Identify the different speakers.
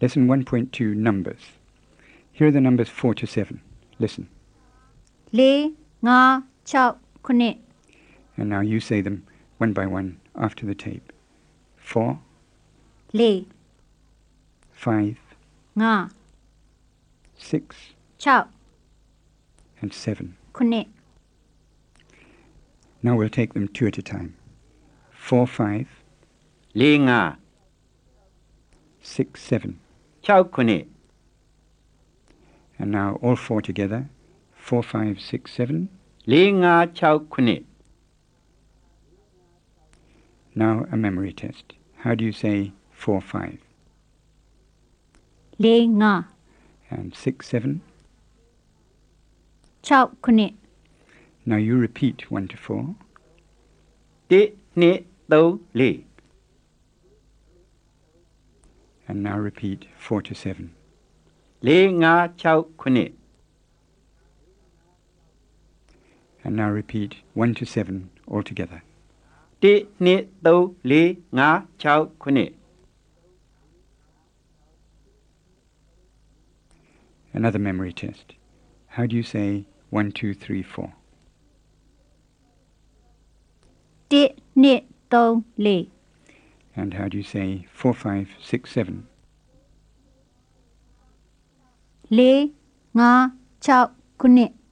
Speaker 1: Lesson 1.2 Numbers. Here are the numbers 4 to 7. Listen.
Speaker 2: 4 5 6 9
Speaker 1: And now you say them one by one after the tape. 4,
Speaker 2: 4
Speaker 1: 5,
Speaker 2: 5
Speaker 1: 6,
Speaker 2: 6
Speaker 1: and 7.
Speaker 2: 9
Speaker 1: Now we'll take them two at a time. 4, 5,
Speaker 3: ၄၅
Speaker 1: 6, 7.
Speaker 3: ၆ခုနှစ်
Speaker 1: And now all four together. 4, 5, 6, 7.
Speaker 3: ၄၅၆ခုနှစ်
Speaker 1: Now a memory test. How do you say 4, 5?
Speaker 2: 4 5
Speaker 1: And 6, 7.
Speaker 2: 6 9
Speaker 1: Now you repeat 1 to 4.
Speaker 3: ၁၂၃၄
Speaker 1: And now repeat 4 to 7.
Speaker 3: ၄၅၆ခုနှစ်
Speaker 1: And now repeat 1 to 7 altogether.
Speaker 3: 1 2 3 4 5 6ခုနှစ်
Speaker 1: Another memory test. How do you say 1, 2, 3, 4?
Speaker 2: 1 2 3 4
Speaker 1: And how do you say 4, 5, 6, 7?
Speaker 2: 4 5 6 9